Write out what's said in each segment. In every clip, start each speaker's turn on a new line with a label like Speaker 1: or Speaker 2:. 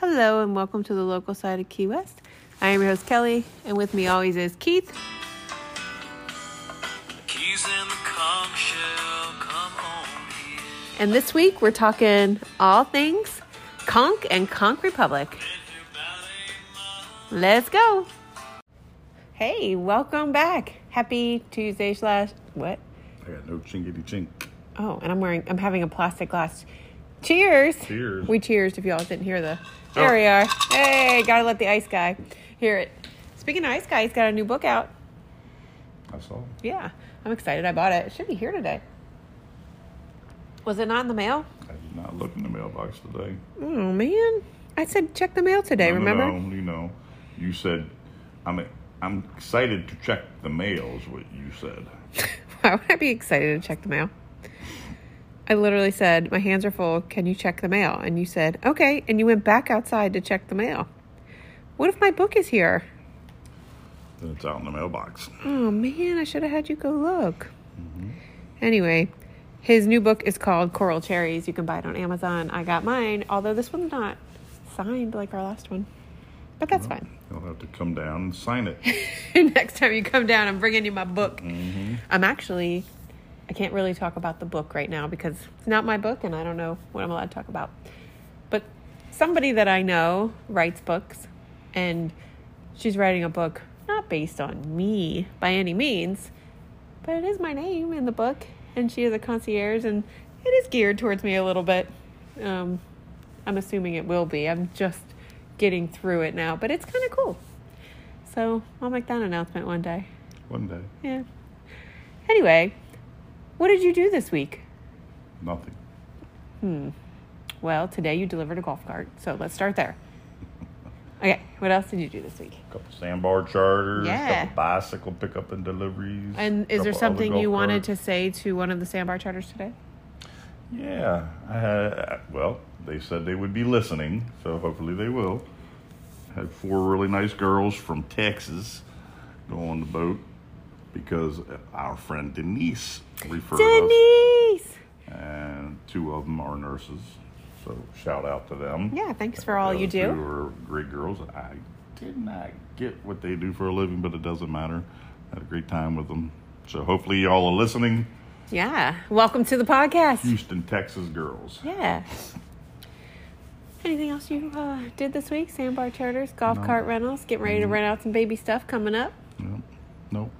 Speaker 1: Hello and welcome to the local side of Key West. I am your host Kelly, and with me always is Keith.
Speaker 2: Keys in the conch shell, come on here.
Speaker 1: And this week we're talking all things Conk and Conk Republic.
Speaker 2: Your ballet mama,
Speaker 1: Let's go. Hey, welcome back. Happy Tuesday slash what?
Speaker 3: I got no chingity chink.
Speaker 1: Oh, and I'm wearing I'm having a plastic glass. Cheers.
Speaker 3: Cheers.
Speaker 1: We cheers if y'all didn't hear the There we are. Hey, gotta let the ice guy hear it. Speaking of ice guy, he's got a new book out.
Speaker 3: I saw.
Speaker 1: Yeah, I'm excited. I bought it. It should be here today. Was it not in the mail?
Speaker 3: I did not look in the mailbox today.
Speaker 1: Oh man, I said check the mail today.
Speaker 3: No, no,
Speaker 1: remember?
Speaker 3: No, you know, you said, I'm, I'm excited to check the mail is what you said.
Speaker 1: Why would I be excited to check the mail? I literally said, "My hands are full. Can you check the mail?" And you said, "Okay." And you went back outside to check the mail. What if my book is here?
Speaker 3: Then it's out in the mailbox.
Speaker 1: Oh man, I should have had you go look. Anyway, his new book is called Coral Cherries. You can buy it on Amazon. I got mine, although this one's not signed like our last one. But that's fine.
Speaker 3: You'll have to come down and sign it.
Speaker 1: Next time you come down, I'm bringing you my book. I'm actually, I can't really talk about the book right now because it's not my book and I don't know what I'm allowed to talk about. But somebody that I know writes books and she's writing a book not based on me by any means, but it is my name in the book and she is a concierge and it is geared towards me a little bit. Um, I'm assuming it will be. I'm just getting through it now, but it's kind of cool. So I'll make that announcement one day.
Speaker 3: One day.
Speaker 1: Yeah. Anyway, what did you do this week?
Speaker 3: Nothing.
Speaker 1: Well, today you delivered a golf cart, so let's start there. Okay, what else did you do this week?
Speaker 3: couple sandbar charters.
Speaker 1: Yeah.
Speaker 3: Couple bicycle pickup and deliveries.
Speaker 1: And is there
Speaker 3: couple other
Speaker 1: something you
Speaker 3: golf
Speaker 1: wanted
Speaker 3: carts.
Speaker 1: to say to one of the sandbar charters today?
Speaker 3: Yeah, I had, well, they said they would be listening, so hopefully they will. Had four really nice girls from Texas go on the boat because our friend Denise referred us,
Speaker 1: Denise!
Speaker 3: and two of them are nurses. So shout out to them.
Speaker 1: Yeah, thanks for all
Speaker 3: Those
Speaker 1: you do.
Speaker 3: two were great girls. I did not get what they do for a living, but it doesn't matter. had a great time with them. So hopefully y'all are listening.
Speaker 1: Yeah, welcome to the podcast.
Speaker 3: Houston, Texas girls.
Speaker 1: Yeah. Anything else you uh, did this week? Sandbar charters, golf
Speaker 3: No. Mm-hmm.
Speaker 1: cart rentals, getting ready to rent out some baby stuff coming up.
Speaker 3: Yep. Nope.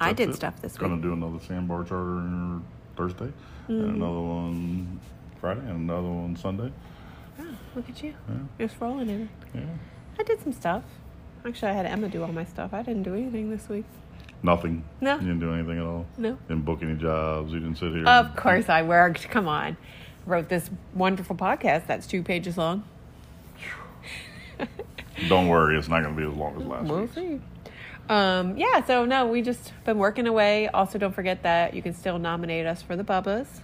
Speaker 1: I
Speaker 3: That's
Speaker 1: did
Speaker 3: it.
Speaker 1: stuff this week. Mm-hmm.
Speaker 3: Gonna do another sandbar charter Thursday, and another one Friday, and another one Sunday.
Speaker 1: Oh, look at you.
Speaker 3: Yeah.
Speaker 1: Just rolling in.
Speaker 3: yeah.
Speaker 1: I did some stuff. Actually, I had Emma do all my stuff. I didn't do anything this week.
Speaker 3: Nothing.
Speaker 1: No.
Speaker 3: You didn't do anything at all.
Speaker 1: No.
Speaker 3: Didn't book any jobs. You didn't sit here.
Speaker 1: Of course, I worked. Come on. Wrote this wonderful podcast that's two pages long.
Speaker 3: Don't worry, it's not gonna be as long as last
Speaker 1: We'll
Speaker 3: week.
Speaker 1: see. Um, yeah, so no, we just been working away. Also, don't forget that you can still nominate us for the Bubba's.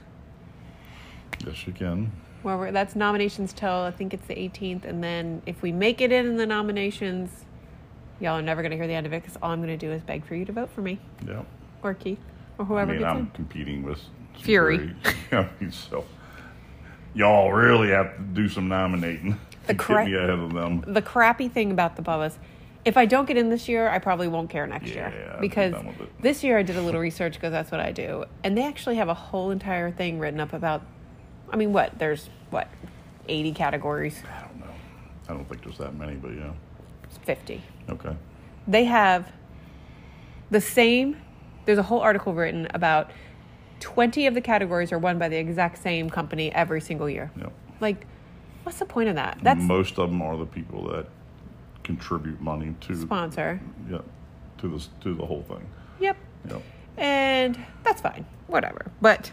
Speaker 3: Yes, you can.
Speaker 1: Where we're, that's nominations till I think it's the 18th, and then if we make it in the nominations, y'all are never gonna hear the end of it because all I'm gonna do is beg for you to vote for me
Speaker 3: Yep.
Speaker 1: or Keith or
Speaker 3: I
Speaker 1: whoever
Speaker 3: mean,
Speaker 1: gets
Speaker 3: I'm
Speaker 1: in.
Speaker 3: competing with some
Speaker 1: Fury.
Speaker 3: very- I mean, so y'all really have to do some nominating.
Speaker 1: The
Speaker 3: to
Speaker 1: correct-
Speaker 3: Get me ahead of them.
Speaker 1: the crappy thing about the Bubba's, if I don't get in this year, I probably won't care next
Speaker 3: Yeah,
Speaker 1: year.
Speaker 3: I'm
Speaker 1: Because
Speaker 3: done with it.
Speaker 1: this year I did a little research because that's what I do. And they actually have a whole entire thing written up about, I mean, what? There's what? 80 categories,
Speaker 3: I don't know. I don't think there's that many, but yeah.
Speaker 1: 50.
Speaker 3: Okay.
Speaker 1: They have the same, there's a whole article written about 20 of the categories are won by the exact same company every single year.
Speaker 3: Yep.
Speaker 1: Like, what's the point of that? That's
Speaker 3: most of them are the people that contribute money to
Speaker 1: sponsor.
Speaker 3: yeah to this to the whole thing.
Speaker 1: Yep.
Speaker 3: Yep.
Speaker 1: and that's fine, whatever. But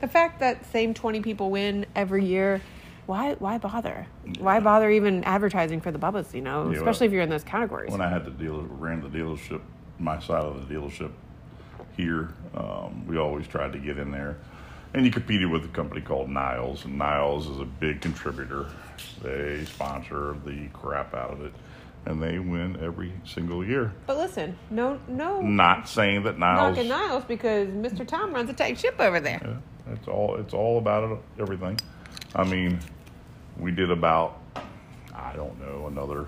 Speaker 1: the fact that same twenty people win every year, why why bother? Why bother even advertising for the bubbles? You know,
Speaker 3: Yeah,
Speaker 1: especially
Speaker 3: well,
Speaker 1: if you're in those categories.
Speaker 3: When I had the dealer ran the dealership, my side of the dealership here, um, we always tried to get in there. And you competed with a company called Niles, and Niles is a big contributor. They sponsor the crap out of it, and they win every single year.
Speaker 1: but listen, no no
Speaker 3: Not saying that Niles,
Speaker 1: knocking Niles because Mr. Tom runs a tight ship over there.
Speaker 3: Yeah, it's all it's all about it, everything. I mean, we did about I don't know, another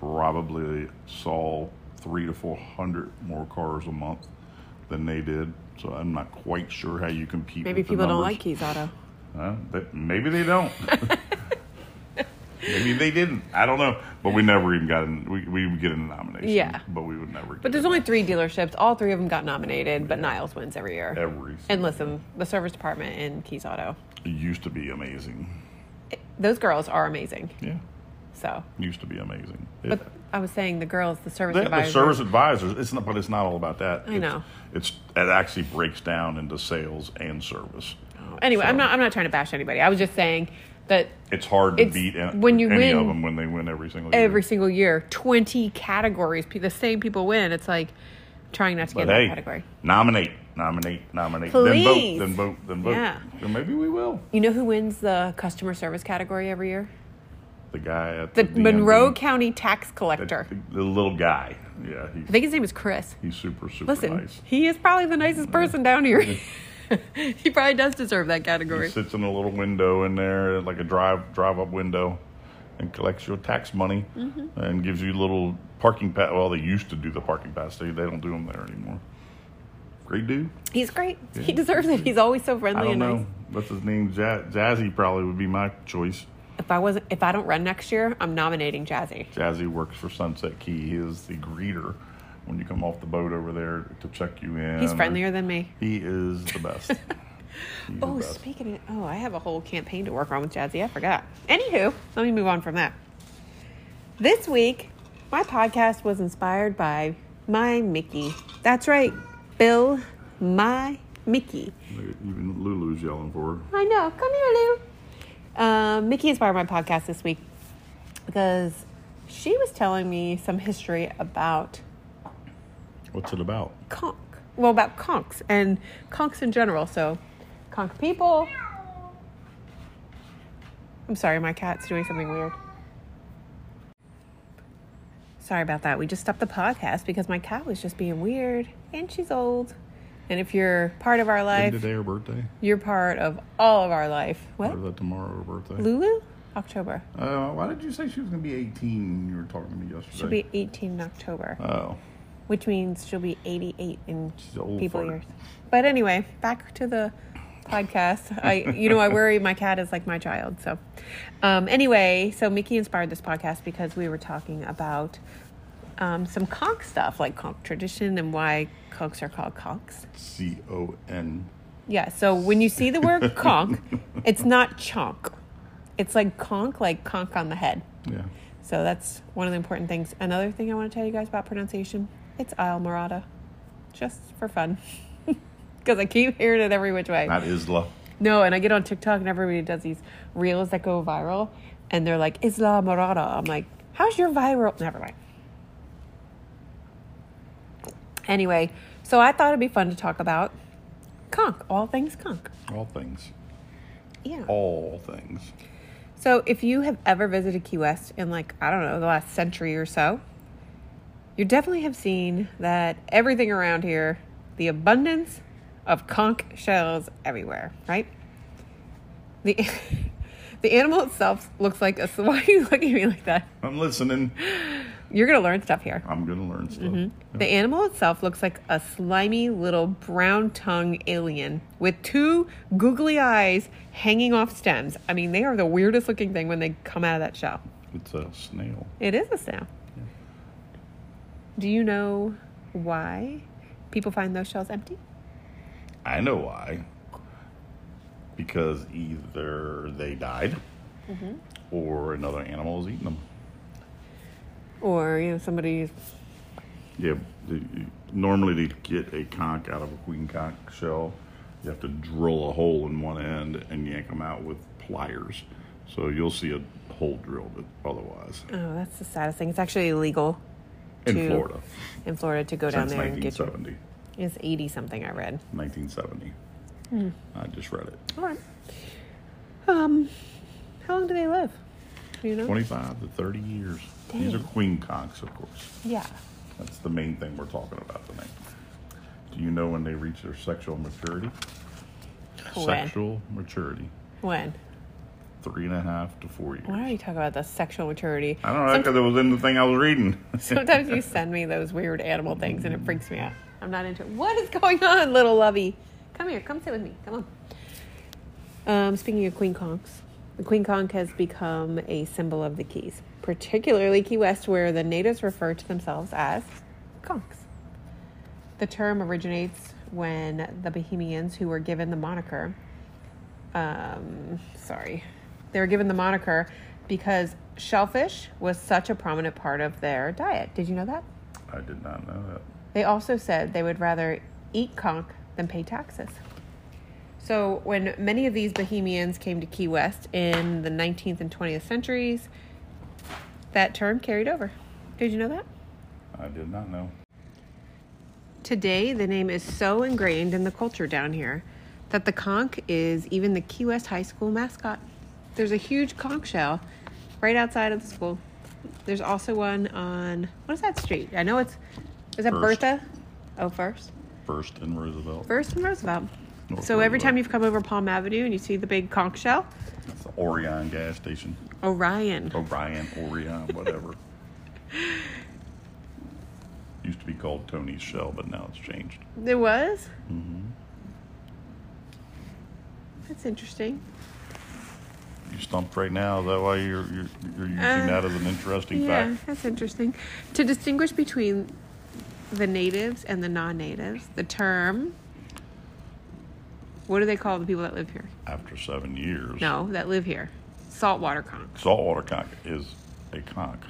Speaker 3: probably saw three to four hundred more cars a month than they did. So I'm not quite sure how you compete.
Speaker 1: Maybe
Speaker 3: with the
Speaker 1: people don't
Speaker 3: numbers.
Speaker 1: like Keys Auto.
Speaker 3: Huh? But maybe they don't. maybe they didn't. I don't know. But we never even got in. We, we would get a nomination.
Speaker 1: Yeah.
Speaker 3: But we would never. Get
Speaker 1: But there's
Speaker 3: in
Speaker 1: only three dealerships. All three of them got nominated, but Niles wins every year.
Speaker 3: every.
Speaker 1: And listen, the service department in Keys Auto,
Speaker 3: it used to be amazing.
Speaker 1: those girls are amazing.
Speaker 3: Yeah,
Speaker 1: So,
Speaker 3: used to be amazing.
Speaker 1: but
Speaker 3: It-
Speaker 1: I was saying the girls, the service
Speaker 3: the, the
Speaker 1: advisors.
Speaker 3: service advisors. It's not, but it's not all about that.
Speaker 1: I
Speaker 3: It's-
Speaker 1: know.
Speaker 3: It's it actually breaks down into sales and service.
Speaker 1: Anyway, I'm
Speaker 3: So-
Speaker 1: not. I'm not trying to bash anybody. I was just saying that
Speaker 3: It's hard to
Speaker 1: It's-
Speaker 3: beat an-
Speaker 1: when you
Speaker 3: any of
Speaker 1: win-
Speaker 3: them when they win every single year.
Speaker 1: every single year, 20 categories, pe- the same people win. It's like trying not to get in
Speaker 3: But
Speaker 1: that
Speaker 3: hey,
Speaker 1: category.
Speaker 3: nominate, nominate, nominate.
Speaker 1: Please.
Speaker 3: Then vote, then vote, then vote.
Speaker 1: Yeah.
Speaker 3: And maybe we will.
Speaker 1: You know who wins the customer service category every year?
Speaker 3: The guy at
Speaker 1: The
Speaker 3: the
Speaker 1: Monroe
Speaker 3: DMV,
Speaker 1: County tax
Speaker 3: that-
Speaker 1: collector.
Speaker 3: The, the little guy. Yeah,
Speaker 1: I
Speaker 3: he,
Speaker 1: think his name is Chris.
Speaker 3: he's super, super
Speaker 1: Listen,
Speaker 3: nice.
Speaker 1: he is probably the nicest person down here. he probably does deserve that category.
Speaker 3: He sits in a little window in there, like a drive drive up window, and collects your tax money
Speaker 1: Mm-hmm.
Speaker 3: and gives you little parking pass. Well, they used to do the parking pass. They they don't do them there anymore. Great dude.
Speaker 1: He's great. He deserves it. He's always so friendly
Speaker 3: I don't
Speaker 1: and
Speaker 3: know.
Speaker 1: nice.
Speaker 3: What's his name? Ja- Jazzy probably would be my choice.
Speaker 1: If I wasn't, if I don't run next year, I'm nominating Jazzy.
Speaker 3: Jazzy works for Sunset Key. He is the greeter when you come off the boat over there to check you in.
Speaker 1: He's friendlier than me.
Speaker 3: He is the best. He's the
Speaker 1: Oh,
Speaker 3: best.
Speaker 1: speaking of, oh, I have a whole campaign to work on with Jazzy. I forgot. Anywho, let me move on from that. This week, my podcast was inspired by my Mickey. That's right, Bill, my Mickey.
Speaker 3: Even Lulu's yelling for her.
Speaker 1: I know. Come here, Lou. Um, Mickey inspired my podcast this week because she was telling me some history about
Speaker 3: What's it about?
Speaker 1: conch. Well, about conchs and conchs in general. So, conch people. I'm sorry, my cat's doing something weird. Sorry about that. We just stopped the podcast because my cat was just being weird and she's old. And if you're part of our
Speaker 3: Isn't
Speaker 1: life,
Speaker 3: today her birthday?
Speaker 1: you're part of all of our life. What?
Speaker 3: Or is that tomorrow her birthday?
Speaker 1: Lulu? October.
Speaker 3: Uh, why did you say she was going to be 18 when you were talking to me yesterday?
Speaker 1: She'll be 18 in October,
Speaker 3: Oh.
Speaker 1: which means she'll be 88 in
Speaker 3: She's an old
Speaker 1: people
Speaker 3: fart.
Speaker 1: years. But anyway, back to the podcast. I, you know, I worry my cat is like my child. So, um, anyway, so Mickey inspired this podcast because we were talking about um, some conch stuff, like conch tradition and why conchs are called conchs.
Speaker 3: C O N.
Speaker 1: Yeah. So when you see the word conch, it's not chonk. It's like conch, like conch on the head.
Speaker 3: Yeah.
Speaker 1: So that's one of the important things. Another thing I want to tell you guys about pronunciation, it's Isle Morada, just for fun, because I keep hearing it every which way.
Speaker 3: Not Isla.
Speaker 1: No, and I get on TikTok and everybody does these reels that go viral, and they're like Isla Morada. I'm like, how's your viral? Never mind. Anyway, so I thought it'd be fun to talk about conch, all things conch.
Speaker 3: All things.
Speaker 1: Yeah.
Speaker 3: All things.
Speaker 1: So if you have ever visited Key West in like, I don't know, the last century or so, you definitely have seen that everything around here, the abundance of conch shells everywhere, right? The the animal itself looks like a why are you looking at me like that?
Speaker 3: I'm listening.
Speaker 1: You're gonna learn stuff here.
Speaker 3: I'm going to learn stuff.
Speaker 1: The animal itself looks like a slimy little brown tongued alien with two googly eyes hanging off stems. I mean, they are the weirdest looking thing when they come out of that shell.
Speaker 3: It's a snail.
Speaker 1: It is a snail. Do you know why people find those shells empty?
Speaker 3: I know why. Because either they died
Speaker 1: Mm-hmm.
Speaker 3: or another animal has eaten them.
Speaker 1: Or, you know, somebody.
Speaker 3: Yeah, the- normally to get a conch out of a queen conch shell, you have to drill a hole in one end and yank them out with pliers. So you'll see a hole drilled otherwise
Speaker 1: Oh, that's the saddest thing. It's actually illegal
Speaker 3: in
Speaker 1: To-
Speaker 3: Florida
Speaker 1: in Florida to go down
Speaker 3: since
Speaker 1: there and get your.
Speaker 3: 1970.
Speaker 1: It's 80 something, I read.
Speaker 3: 1970.
Speaker 1: Hmm.
Speaker 3: I just read it.
Speaker 1: All right. Um, how long do they live? Do you know?
Speaker 3: 25 to 30 years. These are
Speaker 1: Dang.
Speaker 3: queen conchs, of course.
Speaker 1: Yeah.
Speaker 3: That's the main thing we're talking about tonight. Do you know when they reach their sexual maturity?
Speaker 1: When?
Speaker 3: Sexual maturity.
Speaker 1: When?
Speaker 3: three and a half to four years.
Speaker 1: Why are you talking about the sexual maturity?
Speaker 3: I don't know because it was in the thing I was reading.
Speaker 1: Sometimes you send me those weird animal things and it freaks me out. I'm not into it. What is going on, little lovey? Come here. Come sit with me. Come on. Um, speaking of Queen Conks, the Queen Conch has become a symbol of the Keys, particularly Key West, where the natives refer to themselves as conchs. The term originates when the Bohemians, who were given the moniker, um, sorry, they were given the moniker because shellfish was such a prominent part of their diet. Did you know that?
Speaker 3: I did not know that.
Speaker 1: They also said they would rather eat conch than pay taxes. So, when many of these Bohemians came to Key West in the 19th and 20th centuries, that term carried over. Did you know that?
Speaker 3: I did not know.
Speaker 1: Today, the name is so ingrained in the culture down here that the conch is even the Key West High School mascot. There's a huge conch shell right outside of the school. There's also one on, what is that street? I know it's, is that
Speaker 3: First.
Speaker 1: Bertha? Oh, First?
Speaker 3: First in Roosevelt.
Speaker 1: First and Roosevelt.
Speaker 3: North
Speaker 1: so every
Speaker 3: Roosevelt.
Speaker 1: time you've come over Palm Avenue and you see the big conch shell,
Speaker 3: That's the Orion gas station.
Speaker 1: Orion.
Speaker 3: Oh. Orion, Orion, whatever. Used to be called Tony's Shell, but now it's changed.
Speaker 1: There was?
Speaker 3: Mm-hmm.
Speaker 1: That's interesting.
Speaker 3: You stumped right now. Is that why you're you're, you're using
Speaker 1: Uh,
Speaker 3: that as an interesting
Speaker 1: yeah,
Speaker 3: fact?
Speaker 1: that's interesting. To distinguish between the natives and the non natives, the term, what do they call the people that live here?
Speaker 3: After seven years,
Speaker 1: No, that live here. Saltwater conch.
Speaker 3: saltwater conch is a conch.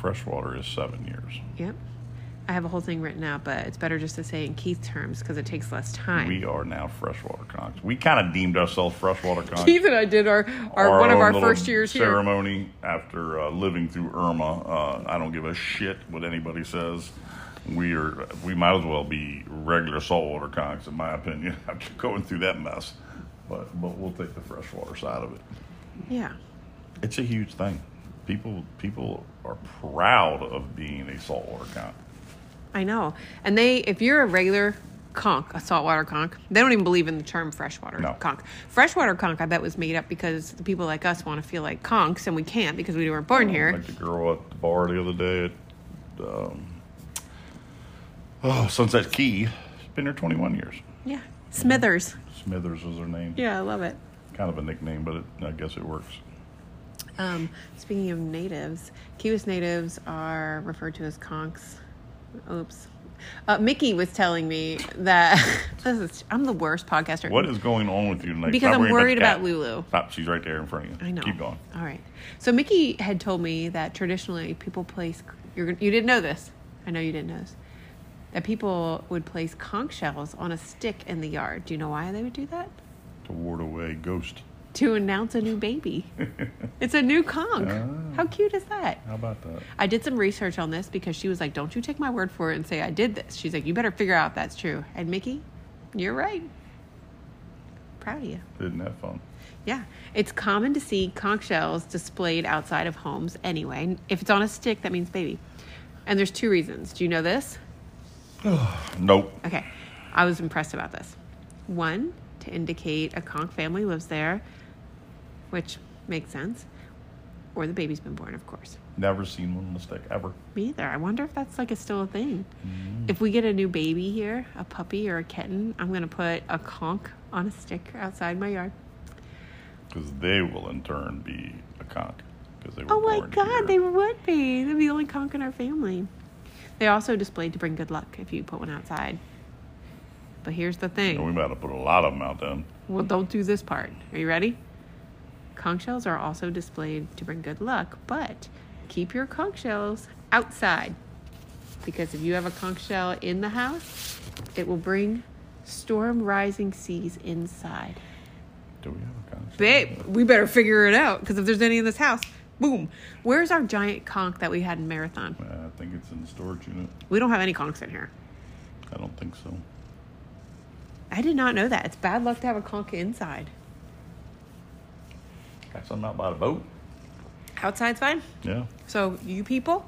Speaker 3: Freshwater is seven years.
Speaker 1: Yep. I have a whole thing written out, but it's better just to say in Keith terms because it takes less time.
Speaker 3: We are now freshwater conchs. We kind of deemed ourselves freshwater conchs.
Speaker 1: Keith and I did our, our, one of
Speaker 3: own
Speaker 1: our
Speaker 3: little
Speaker 1: first years here.
Speaker 3: ceremony after uh, living through Irma. Uh, I don't give a shit what anybody says. We are we might as well be regular saltwater conchs, in my opinion, after going through that mess. But but we'll take the freshwater side of it.
Speaker 1: Yeah.
Speaker 3: It's a huge thing. People people are proud of being a saltwater conch.
Speaker 1: I know. And they, if you're a regular conch, a saltwater conch, they don't even believe in the term freshwater
Speaker 3: No.
Speaker 1: conch. Freshwater conch, I bet, was made up because the people like us want to feel like conchs and we can't because we weren't born here.
Speaker 3: Like the girl at the bar the other day at um, oh, Sunset Key. She's been there 21 years.
Speaker 1: Yeah. Smithers.
Speaker 3: Smithers is her name.
Speaker 1: Yeah, I love it.
Speaker 3: kind of a nickname, but it, I guess it works.
Speaker 1: Um, speaking of natives, Key West natives are referred to as conchs. Oops. Uh, Mickey was telling me that this is, I'm the worst podcaster.
Speaker 3: What is going on with you tonight?
Speaker 1: Because I'm
Speaker 3: worrying
Speaker 1: worried
Speaker 3: the cat.
Speaker 1: about Lulu.
Speaker 3: Stop. She's right there in front of you.
Speaker 1: I know.
Speaker 3: Keep going.
Speaker 1: All right. So Mickey had told me that traditionally people place you're, you didn't know this. I know you didn't know this. That people would place conch shells on a stick in the yard. Do you know why they would do that?
Speaker 3: To ward away ghost.
Speaker 1: To announce a new baby. it's a new conch.
Speaker 3: Ah.
Speaker 1: How cute is that?
Speaker 3: How about that?
Speaker 1: I did some research on this because she was like, "Don't you take my word for it and say I did this." She's like, "You better figure out if that's true." And Mickey, you're right. Proud of you.
Speaker 3: Didn't have fun.
Speaker 1: Yeah, it's common to see conch shells displayed outside of homes anyway. If it's on a stick, that means baby. And there's two reasons. Do you know this?
Speaker 3: Nope.
Speaker 1: Okay, I was impressed about this. One, to indicate a conch family lives there, which makes sense, or the baby's been born, of course.
Speaker 3: Never seen one mistake ever.
Speaker 1: Me either. I wonder if that's like a still a thing. If we get a new baby here, a puppy or a kitten, I'm gonna put a conch on a stick outside my yard.
Speaker 3: Because they will in turn be a conch. Because they were
Speaker 1: Oh my
Speaker 3: born
Speaker 1: God,
Speaker 3: here.
Speaker 1: they would be. They'd be the only conch in our family. They also displayed to bring good luck if you put one outside. But here's the
Speaker 3: And we
Speaker 1: thing.
Speaker 3: might have put a lot of them out then.
Speaker 1: Well, don't do this part. Are you ready? Conch shells are also displayed to bring good luck, but keep your conch shells outside. Because if you have a conch shell in the house, it will bring storm rising seas inside.
Speaker 3: Do we have a conch?
Speaker 1: Babe, we better figure it out because if there's any in this house, boom. Where's our giant conch that we had in Marathon?
Speaker 3: Uh, I think it's in the storage unit.
Speaker 1: We don't have any conchs in here.
Speaker 3: I don't think so.
Speaker 1: I did not know that. It's bad luck to have a conch inside.
Speaker 3: Got something out by the boat.
Speaker 1: Outside's fine.
Speaker 3: Yeah.
Speaker 1: So you people,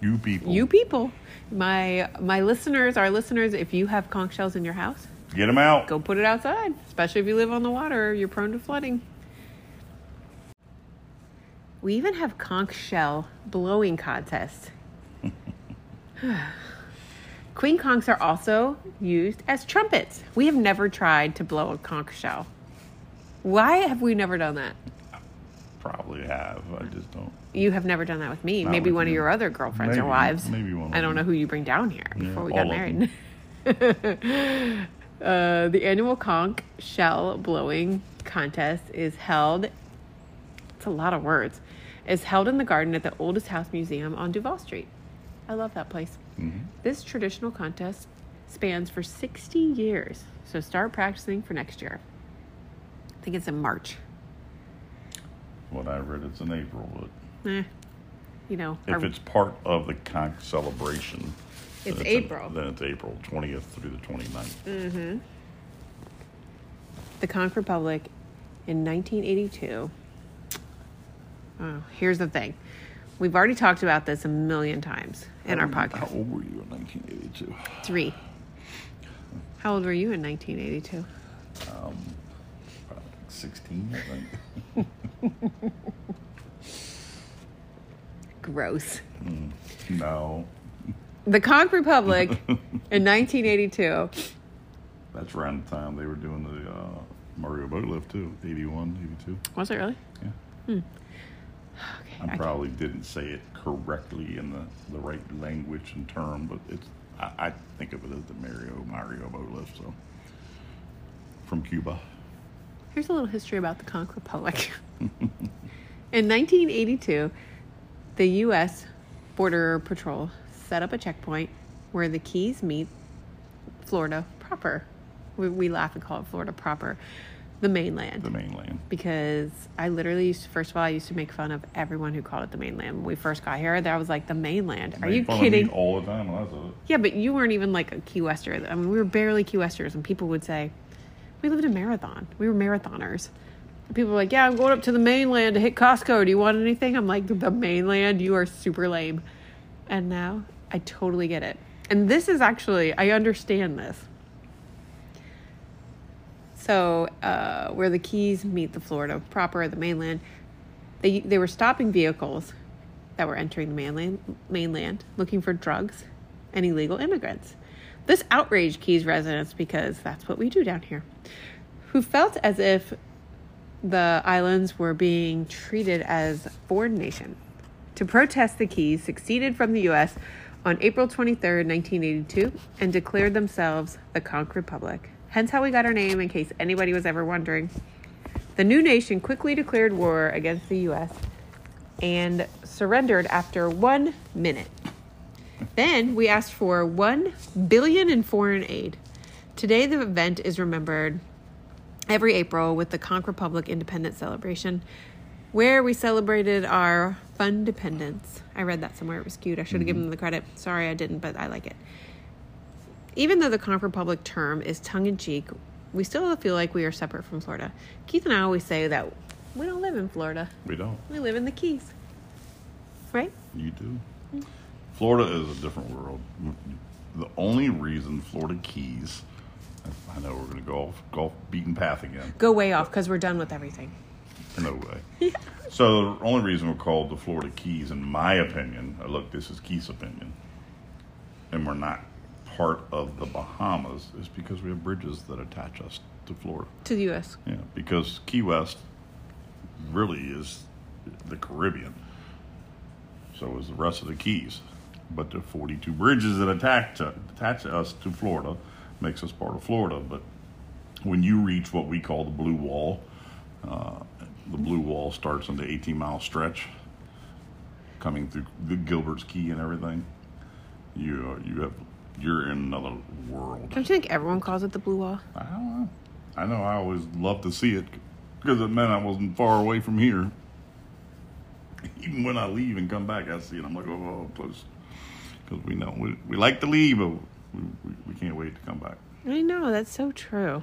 Speaker 3: You people.
Speaker 1: you people, my my listeners, our listeners, if you have conch shells in your house,
Speaker 3: Get them out.
Speaker 1: go put it outside. Especially if you live on the water, you're prone to flooding. We even have conch shell blowing contest. Queen conchs are also used as trumpets. We have never tried to blow a conch shell. Why have we never done that?
Speaker 3: Probably have. I just don't.
Speaker 1: You have never done that with me.
Speaker 3: Not
Speaker 1: Maybe
Speaker 3: with
Speaker 1: one
Speaker 3: you.
Speaker 1: of your other girlfriends or
Speaker 3: Maybe-
Speaker 1: wives.
Speaker 3: maybe one of
Speaker 1: I don't
Speaker 3: them.
Speaker 1: know who you bring down here before we got
Speaker 3: all of them.
Speaker 1: married. uh, the annual conch shell blowing contest is held. It's a lot of words. Is held in the garden at the oldest house museum on Duval Street. I love that place.
Speaker 3: Mm-hmm.
Speaker 1: This traditional contest spans for 60 years, so start practicing for next year. I think it's in March.
Speaker 3: What I read, it's in April, but
Speaker 1: Eh, you know,
Speaker 3: if
Speaker 1: our-
Speaker 3: it's part of the conch celebration, then
Speaker 1: It's
Speaker 3: in-
Speaker 1: April.
Speaker 3: then it's April 20th through the 29th.
Speaker 1: the Conch Republic in 1982. Oh, here's the thing. We've already talked about this a million times in our
Speaker 3: How
Speaker 1: podcast.
Speaker 3: old were you in 1982?
Speaker 1: Three. How old were you in 1982?
Speaker 3: 16, I think.
Speaker 1: Gross.
Speaker 3: No,
Speaker 1: The Conch Republic in 1982.
Speaker 3: that's around the time they were doing the uh, Mario Boat Lift, too. 81, 82.
Speaker 1: Was it really?
Speaker 3: Yeah.
Speaker 1: Okay.
Speaker 3: I
Speaker 1: I-
Speaker 3: probably didn't say it correctly in the, the right language and term, but it's I, I think of it as the Mario Mario boat lift. So from Cuba,
Speaker 1: Here's a little history about the Conch Republic. In 1982, the U.S. Border Patrol set up a checkpoint where the Keys meet Florida proper. We, we laugh and call it Florida proper, the mainland.
Speaker 3: the mainland.
Speaker 1: because I literally used to, first of all, I used to make fun of everyone who called it the mainland. When we first got here, that was like the mainland. Are
Speaker 3: Made
Speaker 1: you
Speaker 3: fun of me
Speaker 1: kidding?
Speaker 3: all the time when I was a-
Speaker 1: Yeah, but you weren't even like a Key Wester. I mean, we were barely Key Westers, and people would say, "We lived in Marathon. We were marathoners." And people were like, "Yeah, I'm going up to the mainland to hit Costco. Do you want anything?" I'm like, "The mainland? You are super lame." And now I totally get it. And this is actually I understand this. So uh, where the Keys meet the Florida proper, the mainland, they they were stopping vehicles that were entering the mainland, mainland looking for drugs and illegal immigrants. This outraged Keys residents because that's what we do down here, who felt as if the islands were being treated as foreign nation. To protest the Keys seceded from the U.S. on April 23, 1982, and declared themselves the Conch Republic. Hence how we got our name, in case anybody was ever wondering. The new nation quickly declared war against the U.S. and surrendered after one minute. Then we asked for one billion in foreign aid. Today, the event is remembered every April with the Conch Republic Independence Celebration, where we celebrated our fun dependence. I read that somewhere; it was cute. I should have given them the credit. Sorry, I didn't, but I like it even though the Conch Republic term is tongue in cheek, we still feel like we are separate from Florida. Keith and I always say that we don't live in Florida,
Speaker 3: We don't.
Speaker 1: we live in the Keys. Right?
Speaker 3: You do. Florida is a different world. The only reason Florida Keys, I know we're going to go off golf beaten path again.
Speaker 1: Go way off because we're done with everything.
Speaker 3: No way. so the only reason we're called the Florida Keys, in my opinion, uh, look, this is Keith's opinion, and we're not part of the Bahamas, is because we have bridges that attach us to Florida.
Speaker 1: To the U.S.
Speaker 3: Yeah, because Key West really is the Caribbean. So is the rest of the Keys. But the 42 bridges that attach, to, attach us to Florida makes us part of Florida. But when you reach what we call the Blue Wall, uh, the Blue Wall starts on the 18 mile stretch coming through the Gilbert's Key and everything. You, are- you have, you're in another world.
Speaker 1: Don't you think everyone calls it the Blue Wall?
Speaker 3: I don't know. I know I always loved to see it because it meant I wasn't far away from here. Even when I leave and come back, I see it. I'm like, oh, oh close. Because we know we, we like to leave, but we, we, we can't wait to come back.
Speaker 1: I know that's so true.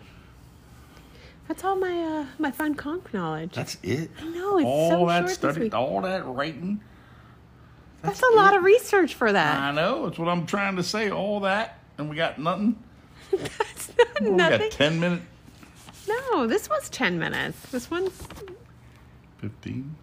Speaker 1: That's all my uh, my fun conch knowledge.
Speaker 3: That's it.
Speaker 1: know, it's
Speaker 3: all
Speaker 1: so
Speaker 3: that
Speaker 1: short this
Speaker 3: study,
Speaker 1: week.
Speaker 3: all that writing.
Speaker 1: That's, a lot
Speaker 3: it.
Speaker 1: of research for that.
Speaker 3: I know. It's what I'm trying to say. All that, and we got nothing.
Speaker 1: that's not
Speaker 3: We
Speaker 1: nothing.
Speaker 3: got ten minutes.
Speaker 1: No, this was ten minutes. This one's
Speaker 3: Fifteen.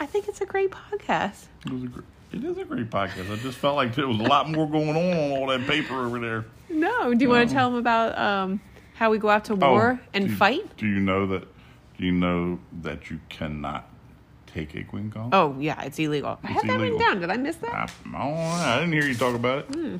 Speaker 1: I think it's a great podcast.
Speaker 3: It, was a gr- it is a great podcast. I just felt like there was a lot more going on on all that paper over there.
Speaker 1: No, do you want to tell them about um, how we go out to war
Speaker 3: Oh,
Speaker 1: and
Speaker 3: do you-
Speaker 1: fight?
Speaker 3: Do you know that? Do you know that you cannot take a queen call?
Speaker 1: Oh yeah, it's illegal. I had
Speaker 3: It's
Speaker 1: that written
Speaker 3: illegal. Ah.
Speaker 1: down. Did I miss that?
Speaker 3: I, I don't know. I didn't hear you talk about it. Is
Speaker 1: Hmm.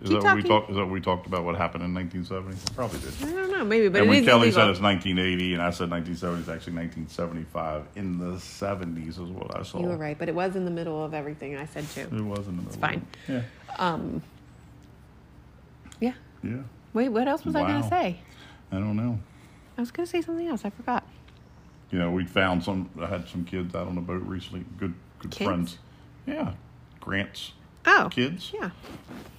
Speaker 1: Keep
Speaker 3: that what we
Speaker 1: talking.
Speaker 3: talked? Is that what we talked about? What happened in 1970? Probably did.
Speaker 1: I don't know, maybe, but
Speaker 3: and
Speaker 1: it
Speaker 3: when
Speaker 1: is
Speaker 3: Kelly
Speaker 1: illegal.
Speaker 3: said it's 1980, and I said 1970, it's actually 1975. In the 70s is what I saw.
Speaker 1: you were right, but it was in the middle of everything I said too.
Speaker 3: It was in the middle. It's
Speaker 1: fine.
Speaker 3: Yeah.
Speaker 1: Yeah.
Speaker 3: Yeah.
Speaker 1: Wait, what else was I
Speaker 3: Wow.
Speaker 1: gonna say?
Speaker 3: I don't know.
Speaker 1: I was gonna say something else. I forgot.
Speaker 3: You know, we found some. I had some kids out on the boat recently. Good, good
Speaker 1: Kids?
Speaker 3: friends. Yeah, Grant's
Speaker 1: Oh,
Speaker 3: kids.
Speaker 1: yeah.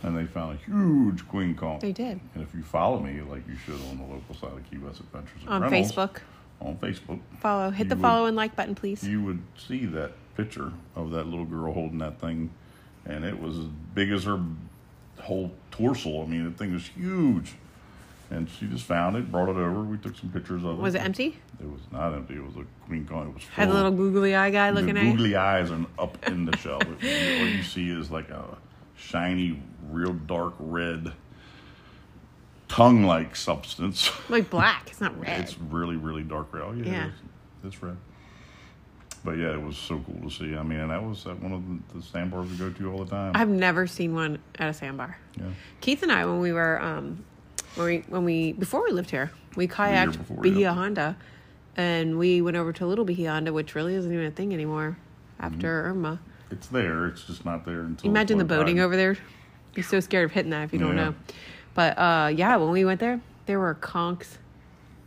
Speaker 3: and they found a huge queen conch.
Speaker 1: They did.
Speaker 3: And if you follow me, like you should on the local side of Key West Adventures and
Speaker 1: On
Speaker 3: Rentals,
Speaker 1: Facebook,
Speaker 3: on Facebook,
Speaker 1: follow. Hit
Speaker 3: You
Speaker 1: the
Speaker 3: would-
Speaker 1: follow and like button, please.
Speaker 3: you would see that picture of that little girl holding that thing, and it was as big as her whole torso. I mean, the thing was huge, and she just found it, brought it over. We took some pictures of it.
Speaker 1: was it empty?
Speaker 3: It was not empty. It was a queen conch. It was
Speaker 1: Had a
Speaker 3: full.
Speaker 1: little googly eye guy
Speaker 3: The
Speaker 1: looking at you.
Speaker 3: googly eyes are up in the shell. All you see is like a shiny, real dark red tongue-like substance.
Speaker 1: Like black. It's not red.
Speaker 3: It's really, really dark red. Oh, yeah,
Speaker 1: Yeah.
Speaker 3: It's, it's red. But yeah, it was so cool to see. I mean, and that was uh, one of the, the sandbars we go to all the time.
Speaker 1: I've never seen one at a sandbar.
Speaker 3: yeah.
Speaker 1: Keith and I, when we were, um, when we, when we before we lived here, we
Speaker 3: year
Speaker 1: kayaked
Speaker 3: before,
Speaker 1: Bahia
Speaker 3: yeah.
Speaker 1: Honda, and we went over to Little Bahia Honda, which really isn't even a thing anymore after
Speaker 3: Mm-hmm.
Speaker 1: Irma.
Speaker 3: It's there. It's just not there until.
Speaker 1: Imagine the
Speaker 3: like,
Speaker 1: boating
Speaker 3: I-
Speaker 1: over there. Be so scared of hitting that if you don't
Speaker 3: Yeah.
Speaker 1: know. But uh, yeah, when we went there, there were conchs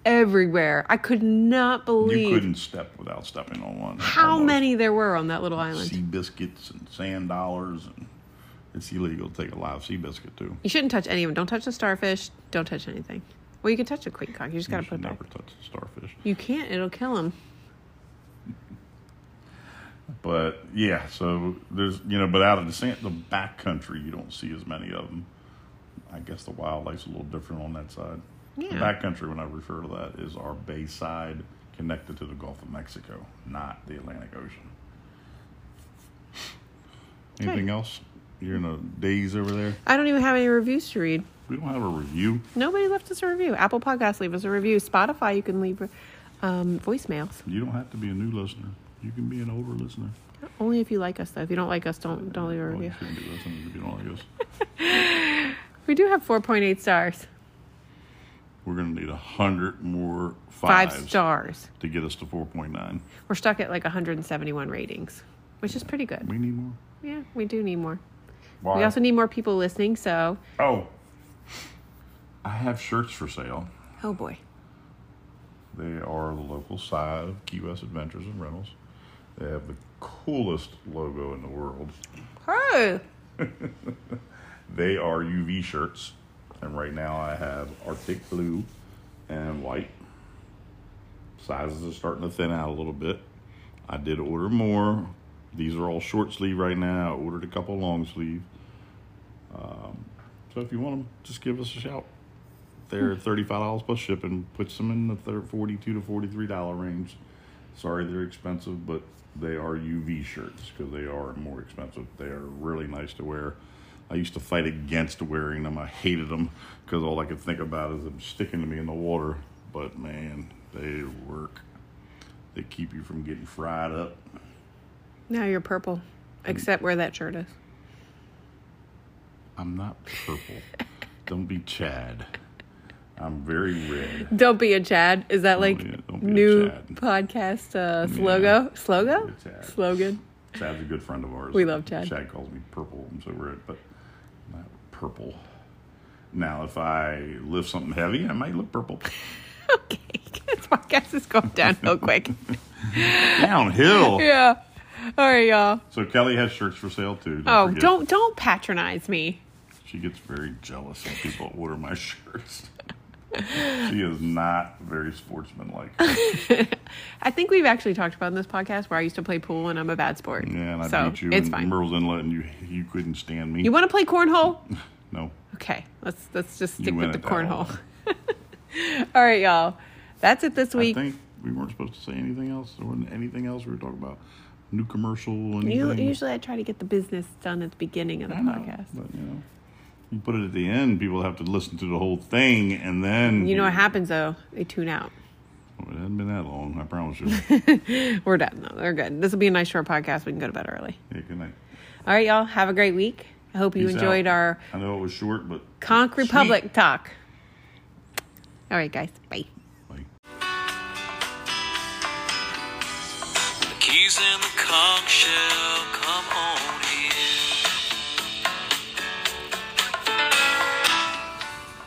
Speaker 1: everywhere. I could not
Speaker 3: You
Speaker 1: believe
Speaker 3: couldn't step without stepping on one.
Speaker 1: how
Speaker 3: almost.
Speaker 1: many there were on that little island.
Speaker 3: Sea biscuits and sand dollars, and it's illegal to take a live sea biscuit too.
Speaker 1: You shouldn't touch any of them. Don't touch the starfish. Don't touch anything. Well, you can touch a queen conch. You just gotta
Speaker 3: you
Speaker 1: put
Speaker 3: should
Speaker 1: it back.
Speaker 3: never touch the starfish.
Speaker 1: You can't. It'll kill them.
Speaker 3: But yeah, so there's you know, but out of the sand, the back country, you don't see as many of them. I guess the wildlife's a little different on that side. The
Speaker 1: Yeah.
Speaker 3: back country, when I refer to that, is our bay side connected to the Gulf of Mexico, not the Atlantic Ocean. Anything else? You're in a daze over there.
Speaker 1: I don't even have any reviews to read.
Speaker 3: We don't have a review.
Speaker 1: Nobody left us a review. Apple Podcasts, leave us a review. Spotify, you can leave um, voicemails.
Speaker 3: You don't have to be a new listener. You can be an older listener.
Speaker 1: Only if you like us, though. If you don't like us, don't don't leave a
Speaker 3: Well, you
Speaker 1: review.
Speaker 3: shouldn't be listening if you don't like us.
Speaker 1: We do have 4.8 stars,
Speaker 3: We're gonna need a hundred more
Speaker 1: five
Speaker 3: fives
Speaker 1: stars.
Speaker 3: to get us to four point nine.
Speaker 1: We're stuck at like 171 ratings, which is pretty good.
Speaker 3: We need more.
Speaker 1: Yeah, we do need more.
Speaker 3: Why?
Speaker 1: We also need more people listening. So,
Speaker 3: oh, I have shirts for sale.
Speaker 1: oh boy,
Speaker 3: They are the local side of Key West Adventures and Rentals. They have the coolest logo in the world.
Speaker 1: oh,
Speaker 3: They are UV shirts, and right now I have Arctic blue and white. Sizes are starting to thin out a little bit. I did order more. These are all short sleeve right now. I ordered a couple long sleeve. Um, so if you want them, just give us a shout. They're thirty-five dollars plus shipping. Puts them in the thir- forty-two to forty-three dollar range. Sorry, they're expensive, but they are UV shirts because they are more expensive. They are really nice to wear. I used to fight against wearing them. I hated them because all I could think about is them sticking to me in the water. But man, they work. They keep you from getting fried up.
Speaker 1: now you're purple, except where that shirt is.
Speaker 3: I'm not purple. Don't be Chad. I'm very red.
Speaker 1: Don't be a Chad. Is that like
Speaker 3: Oh, yeah, don't be a
Speaker 1: new
Speaker 3: Chad.
Speaker 1: podcast uh,
Speaker 3: Yeah.
Speaker 1: slogan? Slogan?
Speaker 3: Don't be a Chad.
Speaker 1: Slogan.
Speaker 3: Chad's a good friend of ours.
Speaker 1: We love Chad.
Speaker 3: Chad calls me purple. I'm so red, but I'm not purple. Now, if I lift something heavy, I might look purple.
Speaker 1: Okay, this podcast is going downhill quick.
Speaker 3: Downhill.
Speaker 1: yeah. All right, y'all.
Speaker 3: So Kelly has shirts for sale too. Don't
Speaker 1: Oh,
Speaker 3: forget.
Speaker 1: don't don't patronize me.
Speaker 3: She gets very jealous when people order my shirts. she is not very sportsmanlike. Yeah,
Speaker 1: I think we've actually talked about in this podcast where I used to play pool and I'm a bad sport.
Speaker 3: and I
Speaker 1: so
Speaker 3: beat you
Speaker 1: it's
Speaker 3: in
Speaker 1: fine.
Speaker 3: Merle's Inlet, and you you couldn't stand me.
Speaker 1: You want to play cornhole?
Speaker 3: no,
Speaker 1: Okay, let's let's just stick
Speaker 3: win
Speaker 1: with the
Speaker 3: at that
Speaker 1: cornhole. All right, y'all. That's it this
Speaker 3: I
Speaker 1: week.
Speaker 3: think we weren't supposed to say anything else. There wasn't anything else we were talking about. New commercial. Anything.
Speaker 1: You, usually I try to get the business done at the beginning of the
Speaker 3: I know,
Speaker 1: podcast.
Speaker 3: But, you know, you put it at the end, people have to listen to the whole thing, and then.
Speaker 1: You know what happens though? They tune out.
Speaker 3: Well, it hasn't been that long, I promise you.
Speaker 1: We're done. though. they're good. This will be a nice short podcast. We can go to bed early.
Speaker 3: yeah, good night.
Speaker 1: All right, y'all. Have a great week. I hope you
Speaker 3: Peace
Speaker 1: enjoyed
Speaker 3: out.
Speaker 1: our
Speaker 3: I know it was short, but.
Speaker 1: Conk
Speaker 3: sweet.
Speaker 1: Republic talk. All right, guys. Bye.
Speaker 3: Like,
Speaker 2: The keys in the conch shell